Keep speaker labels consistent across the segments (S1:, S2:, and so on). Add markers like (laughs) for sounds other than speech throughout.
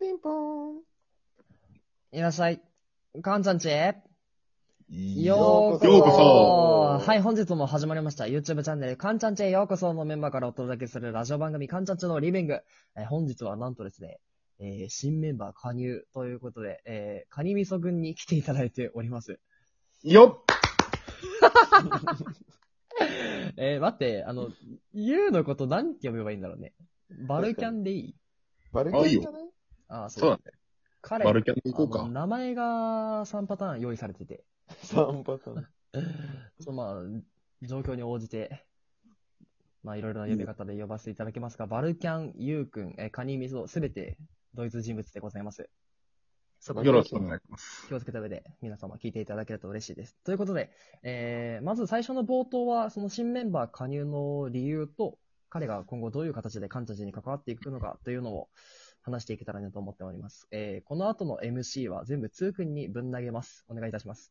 S1: ピンポーン。
S2: いらっしゃい。かんちゃんちへ。
S1: ようこそ
S3: ようこ
S2: はい、本日も始まりました。YouTube チャンネル、かんちゃんちへようこそのメンバーからお届けするラジオ番組、かんちゃんちのリビング。えー本日はなんとですね、えー新メンバー加入ということで、えーカニ味噌くんに来ていただいております。
S3: そよっ
S2: えー待って、あの、ゆうのこと何て呼べばいいんだろうね。バルキャンでいい
S1: バルキリーじゃない
S2: ああ、
S3: そうだね。
S2: 彼、
S3: バルキャンで行こ
S2: あの
S3: うか。
S2: 名前が3パターン用意されてて。
S1: 三パターン。
S2: そうまあ、状況に応じて、まあ、いろいろな呼び方で呼ばせていただきますが、バルキャン、ユウくん、えカニミソ、すべてドイツ人物でございます。そこ
S1: あ
S2: に
S3: よろしくお願いします。
S2: 気をつけた上で、皆様聞いていただけると嬉しいです。ということで、えー、まず最初の冒頭は、その新メンバー加入の理由と、彼が今後どういう形でカンタジに関わっていくのかというのを話していけたらなと思っております。えー、この後の MC は全部ツーくんにぶん投げます。お願いいたします。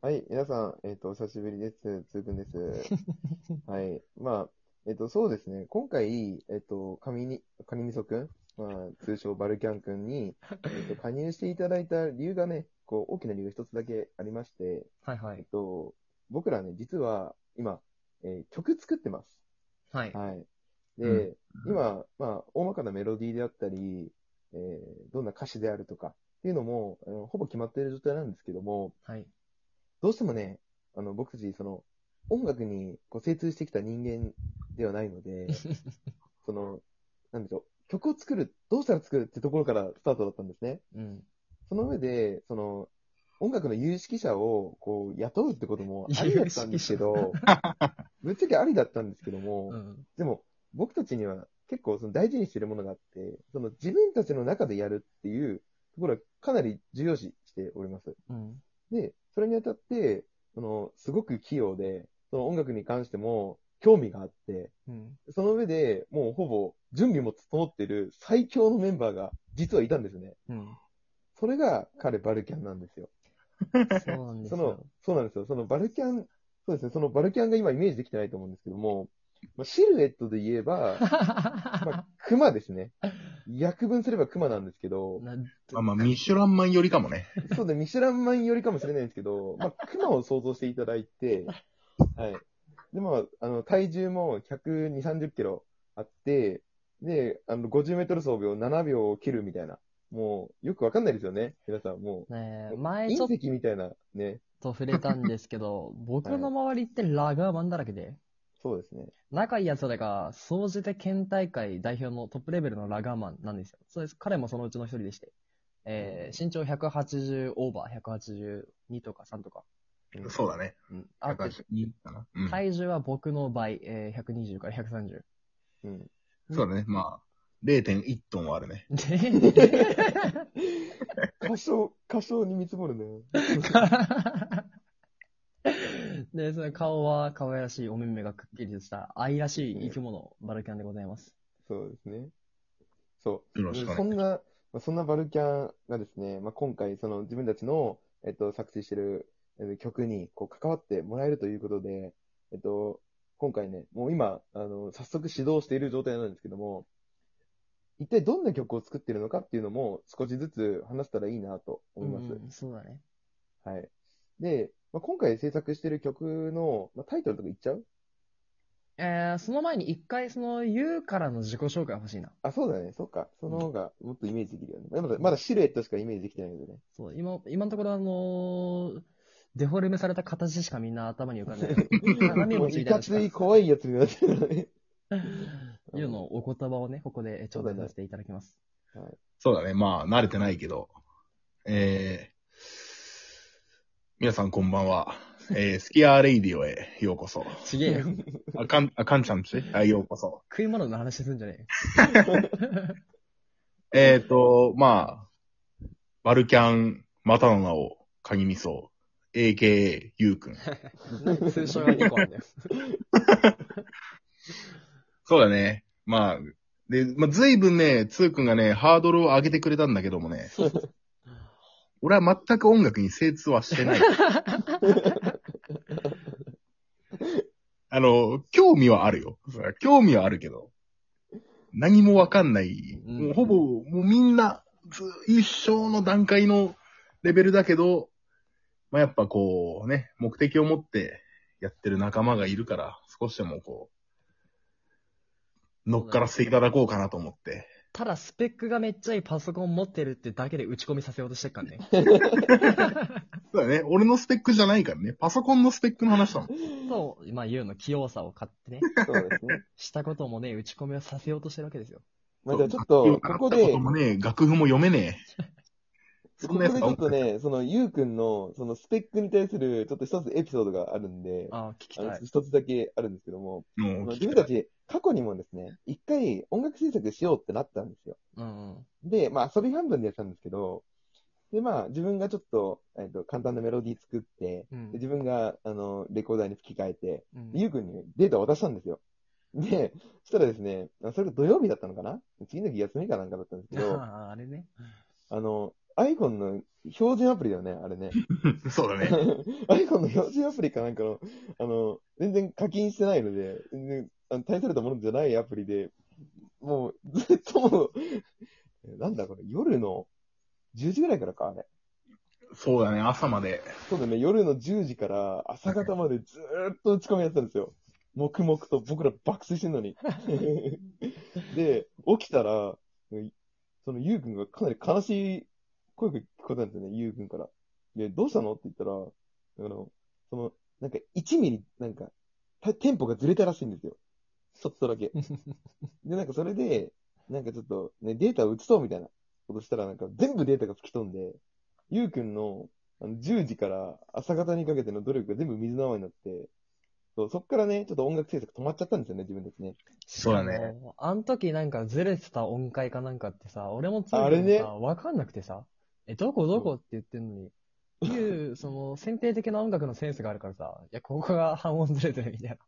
S1: はい、皆さん、えっ、と、お久しぶりです。つーくんです。
S3: (laughs)
S1: はい。まあ、えっ、と、そうですね。今回、えっ、と、カミに、カニみそくん、まあ、通称バルキャンくんに、えっと、加入していただいた理由がね、こう、大きな理由が一つだけありまして、
S2: はいは
S1: えっ
S2: い。
S1: と、僕らね、実は、今、えー曲作ってます。
S2: はい。
S1: はい。で、
S3: うん
S1: 今、まあ、大まかなメロディーであったり、えーどんな歌詞であるとかっていうのも、あのほぼ決まっている状態なんですけども、
S2: はい。
S1: どうしてもね、あの、僕たち、その、音楽にこう精通してきた人間ではないの
S3: (laughs)
S1: で、その、なんでしょう、曲を作る、どうしたら作るってところからスタートだったんですね。
S2: うん。
S1: その上で、その、音楽の有識者をこう雇うってこともありだったんですけど、ぶっちゃけありだったんですけども、
S2: うん。
S1: でも、僕たちには結構その大事にしてるものがあって、その自分たちの中でやるっていうところはかなり重要視しております。
S2: うん。
S1: で、それにあたって、その、すごく器用で、その音楽に関しても興味があって、
S2: うん。
S1: その上でもうほぼ準備も整ってる最強のメンバーが実はいたんですね。
S2: うん。
S1: それが彼バルキャンなんですよ。
S2: そうなんで
S1: そ
S2: すよ。 (laughs)
S1: の、そうなんですよ。そのバルキャン、そうですね、そのバルキャンが今イメージできてないと思うんですけども、まあ、シルエットで言えば、まあ、熊ですね。約分すれば熊なんですけど、
S2: な
S3: まあまあ、ミシュランマン寄りかもね。
S1: そうね、ミシュランマンよりかもしれないんですけど、まあ、熊を想像していただいて、はい。で、まあ、あの、体重も120、30キロあって、で、あの、50メートル走秒7秒を切るみたいな。もう、よくわかんないですよね。皆さん、も
S2: ねえ
S1: う。
S2: 前ちょっ
S1: 隕石みたいな、ね。
S2: と触れたんですけど、僕の周りってラガーマンだらけで、
S1: そうですね。
S2: 仲いい奴らが、総じて県大会代表のトップレベルのラガーマンなんですよ。そうです。彼もそのうちの一人でして。えー身長180オーバー、182とか3とか。
S1: うん
S3: そうだね。
S2: うん。あって、
S3: 102かな。うん。
S2: 体重は僕の倍、えー120から130。
S1: うん。
S3: そうだね。まあ、0.1トンはあるね。
S2: で、
S1: 過小、過小に見積もるね。
S2: (laughs) で、その顔は可愛らしいお目目がくっきりとした愛らしい生き物、バルキャンでございます。
S1: そうですね。そう。
S3: よろしくお
S1: そ
S3: 願い
S1: ん
S3: し
S1: な、まあそんなバルキャンがですね、まあ、今回、その自分たちの、えっと、作成してるえっと曲にこう関わってもらえるということで、えっと、今回ね、もう今、あの、早速指導している状態なんですけども、一体どんな曲を作ってるのかっていうのも少しずつ話せたらいいなと思います。
S2: うん、そうだね。
S1: はい。で、まあ、今回制作してる曲の、まあ、タイトルとか言っちゃう
S2: えー、その前に一回、その、ゆうからの自己紹介欲しいな。
S1: あ、そうだね。そうか。その方がもっとイメージできるよね。まだまだシルエットしかイメージできてないのでね。
S2: そう、今、今のところあのーデフォルメされた形しかみんな頭に浮かんでない。 (laughs) 鏡
S1: もう
S2: 餅み
S1: い
S2: たいな
S1: か
S2: のし
S1: つ
S2: か
S1: い怖いやつになってるのね。
S2: ゆうのお言葉をね、ここで頂戴させていただきます。
S3: ますそうだね。まあ、慣れてないけど。えー、皆さんこんばんは。えー、スキアーレイディオへようこそ。
S2: ちげえよ。
S3: あかん、あかんちゃんちあ、ようこそ。
S2: 食い物の話すんじゃね
S3: えっ、ー、と、まあ、バルキャン、またの名を、カニミソ、AKA、ゆうくん。
S2: えよ。 (laughs) 通称が2個あるんだよ。
S3: そうだね。まあ、で、まあ、ずいぶんね、つーくんがね、ハードルを上げてくれたんだけどもね、俺は全く音楽に精通はしてない。あの、興味はあるよ。そりゃ興味はあるけど、何もわかんない。
S2: うん
S3: もうほぼ、もうみんな、ず一生の段階のレベルだけど、まあ、やっぱこうね、目的を持ってやってる仲間がいるから、少しでもこう、乗っからせていただこうかなと思って。
S2: ただ、スペックがめっちゃいいパソコン持ってるってだけで打ち込みさせようとしてっからね。
S3: そうだね、俺のスペックじゃないからね、パソコンのスペックの話だもん。
S2: そう、まあ、言うの器用さを買っ
S1: (laughs)
S2: てね、
S1: そうですね。
S2: したこともね、打ち込みをさせようとしてるわけですよ。
S1: まあ、じゃあちょっと、ここで、
S3: ともね、楽譜も読めねえ。
S1: こ
S3: そ
S1: こ
S3: んな
S1: で
S3: や
S1: ち
S3: つ
S1: ょっとね、その、ゆうくんの、その、スペックに対する、ちょっと一つエピソードがあるんで、
S2: ああ、聞き
S1: あ
S2: た
S1: の
S2: い。
S1: 一つだけあるんですけども、あ
S3: も
S1: の
S3: う
S1: 自分たち、過去にもですね、一回音楽制作しようってなったんですよ。
S2: うんうん。
S1: で、まあ、遊び半分でやってたんですけど、で、まあ、自分がちょっと、えっと、簡単なメロディー作って、
S2: うん
S1: で自分が、あの、レコーダーに吹き替えて、
S2: うん
S1: でゆうくんにデータを渡したんですよ。で、そしたらですね、あそれが土曜日だったのかな次の日休みかなんかだったんですけ
S2: あ
S1: ど、
S2: あ、あれね。
S1: あの、iPhone の標準アプリだよね、あれね。(laughs)
S3: (laughs) そうだね。
S1: iPhone の標準アプリかなんかの、あの、全然課金してないので、全然あの大されたものじゃないアプリで、もうずっともう、なんだこれ、夜の10時ぐらいからか、あれ。
S3: そうだね、朝まで。
S1: そうだね、夜の10時から朝方までずーっと打ち込みやってたんですよ。黙々と僕ら爆睡してんのに。 (laughs) で、起きたら、そのゆうくんがかなり悲しい声が聞こえたんですよね、ゆうくんから。で、どうしたのって言ったら、あの、その、なんか1ミリ、なんか、たテンポがずれたらしいんですよ。ちょっとだけ。で、なんかそれで、なんかちょっと、ね、データを移そうみたいなことしたら、なんか全部データが吹き飛んで、ゆうくんの、あの、10時から朝方にかけての努力が全部水の泡になって、そうそっからね、ちょっと音楽制作止まっちゃったんですよね、自分たち
S2: (laughs)
S1: ね。
S3: そうだね
S2: しかも。あの時なんかずれてた音階かなんかってさ、俺もつい
S1: あ
S2: て
S1: れね
S2: さ、わかんなくてさ、え、どこどこって言ってんのに、いう、その、先定的な音楽のセンスがあるからさ、いや、ここが半音ずれてるみたい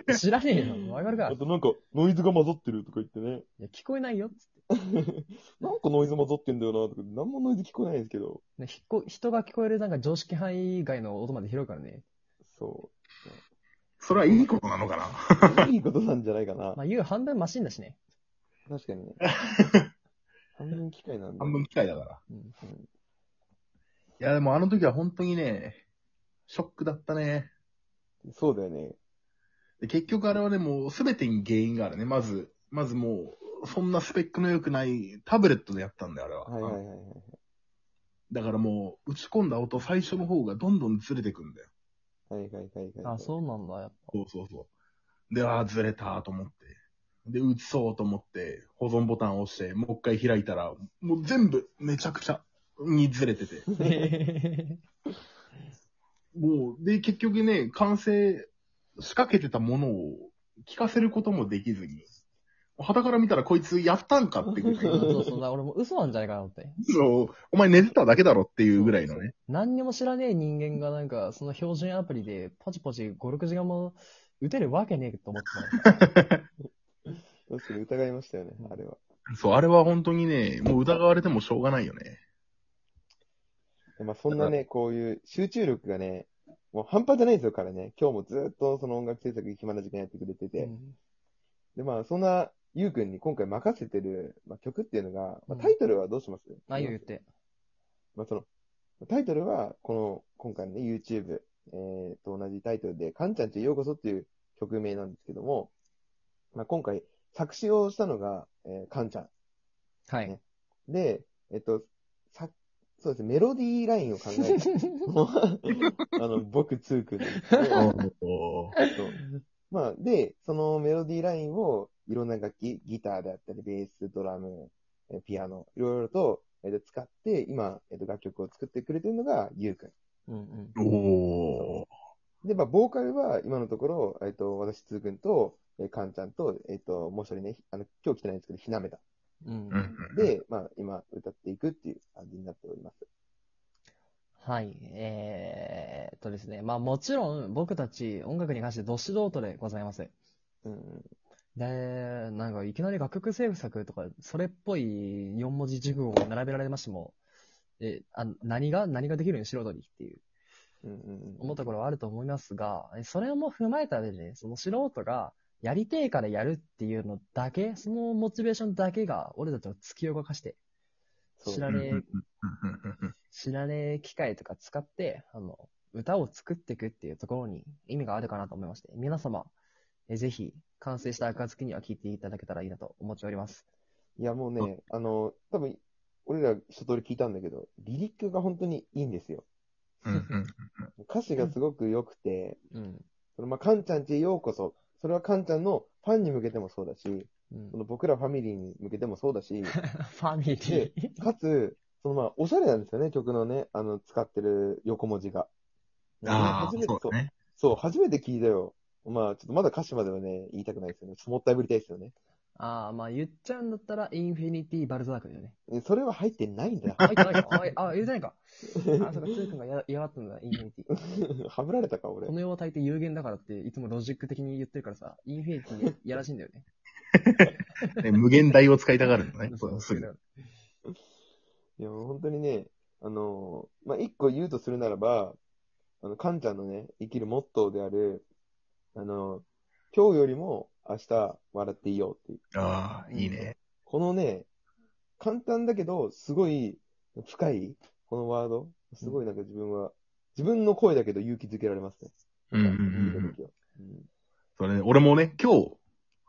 S1: (laughs)
S2: な。知らねえよ、わかるか。
S1: あ
S2: い
S1: となんか、ノイズが混ざってるとか言ってね。 (laughs)
S2: や、聞こえないよ、つって。
S1: なんかノイズ混ざってんだよな、とか、なんもノイズ聞こえないんですけど。
S2: ね、ひっこ人が聞こえるなんか常識範囲以外の音まで拾うからね。
S1: そ
S3: それはいいことなのかな。
S1: う。いいことなんじゃないかな。
S2: (laughs) まあ、言う半分マシンだしね。
S1: 確か
S2: (laughs)
S1: にね。半分機械なんで。
S3: 半分機械だから。
S2: うん。
S3: いや、でもあの時は本当にね、ショックだったね。
S1: うんそうだよね。
S3: で結局あれはね、もう全てに原因があるね。まず、まずもう、そんなスペックの良くないタブレットでやったんだよ、あれは。
S1: はいはいはいはい。
S3: だからもう、打ち込んだ音最初の方がどんどんずれてくんだよ。
S1: はいはいはいはいはい。
S2: あ、そうなんだ、やっぱ。
S3: そうそうそう。で、ああ、ずれたと思って。で、打ちそうと思って、保存ボタンを押して、もう一回開いたら、もう全部めちゃくちゃにずれてて。もう、で、結局ね、完成、仕掛けてたものを聞かせることもできずに、傍から見たらこいつやったんかっていう
S2: そ
S3: ぐらい。
S2: うそう、だから俺も嘘なんじゃないかなって。
S3: そう、お前寝てただけだろっていうぐらいのね。
S2: 何にも知らねえ人間がなんか、その標準アプリでポチポチ5、6時間も打てるわけねえと思ってたのさ。
S1: 確かに疑いましたよね、あれは。
S3: そう、あれは本当にね、もう疑われてもしょうがないよね。
S1: でまあ、そんなね、こういう集中力がね、もう半端じゃないですよからね。今日もずっとその音楽制作暇な時間やってくれてて。
S2: うん
S1: で、まあ、そんな、ゆうくんに今回任せてる、まあ、曲っていうのが、
S2: う
S1: まあ、
S2: ん
S1: タイトルはどうします、
S2: あ、言う言って。
S1: まあ、その、タイトルは、この、今回のね、YouTube、えー、と同じタイトルで、かんちゃんちへようこそっていう曲名なんですけども、まあ、今回、作詞をしたのが、えー、かんちゃん。
S2: はい。
S1: で、えっと、さ、そうですね、メロディーラインを考えたのは。 (laughs) あの、僕、つーくんなんですけど
S3: おー
S1: そうまあ、で、そのメロディーラインを、いろんな楽器、ギターであったり、ベース、ドラム、えピアノ、いろいろと、えっと、使って、今、えっと、楽曲を作ってくれてるのが、ゆうくん。
S2: (laughs) うんうん。
S3: おー
S1: で、まあ、ボーカルは、今のところ、えっと、私、つーくんと、えーかんちゃんと、えっと、もう一人ね、ひあの、今日来てないんですけど、ひなめた。
S2: うん
S3: うんうん
S1: で、まあ、今、歌っていくっていう感じになっております。
S2: はい。えーっとですね。まあもちろん僕たち音楽に関してどしどうとでございます。
S1: うん。
S2: で、なんかいきなり楽曲制作とか、それっぽい四文字熟語を並べられましても、え、あ何が何ができるにしろどりっていう
S1: うんうんうん。
S2: 思ったところはあると思いますが、えそれも踏まえた上でね、その素人がやりてえからやるっていうのだけ、そのモチベーションだけが俺たちの突き動かして、
S1: そう
S2: 知らねえ
S3: うんうんうんうん
S2: 知らねえ機械とか使って、あの、歌を作っていくっていうところに意味があるかなと思いまして、皆様、えぜひ、完成した暁には聴いていただけたらいいなと思っております。
S1: いや、もうね、あの、多分、俺ら一通り聞いたんだけど、リリックが本当にいいんですよ。
S3: うんうん
S1: 歌詞がすごく良くて、
S2: うん。
S1: そのまあ、カンちゃんちへようこそ、それはカンちゃんのファンに向けてもそうだし、
S2: うん (laughs)
S1: その僕らファミリーに向けてもそうだ
S3: (laughs)
S1: し、
S2: ファミリー。 (laughs)
S1: かつ、そのまあ、おしゃれなんですよね、曲のね、あの、使ってる横文字が。
S3: ああ、
S1: 初めて
S3: そうだね。
S1: そう、初めて聞いたよ。まあ、ちょっとまだ歌詞まではね、言いたくないですよね。もったいぶりたいですよね。
S2: ああ、まあ言っちゃうんだったら、インフィニティ・バルザークだ (laughs) よね。
S1: えそれは入ってないん
S3: (laughs)
S1: だよ。
S2: あ、言ってないか。あ、あ言ってないか。あ、そうか、つーくんがや嫌がったんだ、インフィニティ。
S1: はぶられたか、俺
S2: こ。の世は大抵有限だからって、いつもロジック的に言ってるからさ、インフィニティやらしいんだよね。
S3: ね無限大を使いたがる (laughs) のね。そうす
S2: そう
S3: ぐ。
S2: だ
S1: いや、もう本当にね、あのーまあ、一個言うとするならば、あの、カンちゃんのね、生きるモットーである、あのー今日よりも明日笑っていいよっていう。
S3: ああ、いいね。
S1: このね、簡単だけど、すごい深い、このワード、すごいなんか自分は、自分の声だけど勇気づけられますね。
S3: うんうんうんう
S1: 聞い
S3: ん
S1: た。時はうん
S3: それ、俺もね、今日、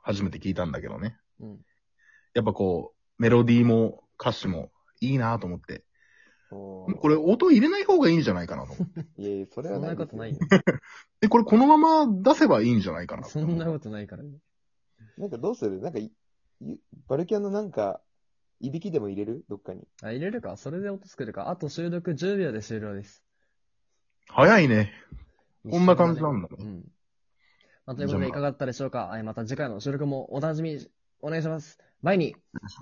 S3: 初めて聞いたんだけどね。
S2: うん
S3: やっぱこう、メロディーも歌詞もいいなと思って。
S1: おー
S3: これ、音入れない方がいいんじゃないかなと思って。
S1: いやいや、それ
S2: そ
S1: は
S2: ん
S1: ないで
S2: なこ
S1: す
S2: と
S1: よ
S2: ないよ。
S3: で、これこのまま出せばいいんじゃないかなと
S2: そんなことないからね。
S1: なんかどうするなんかい、いバルキャンのなんか、いびきでも入れるどっかに。
S2: あ、入れるかそれで音作るかあと収録10秒で終了です。
S3: 早いね。こんな感じなんだね
S2: うん。まあ、ということで、いかがだったでしょうかはいまた次回の収録もお楽しみにお願いします。バイニー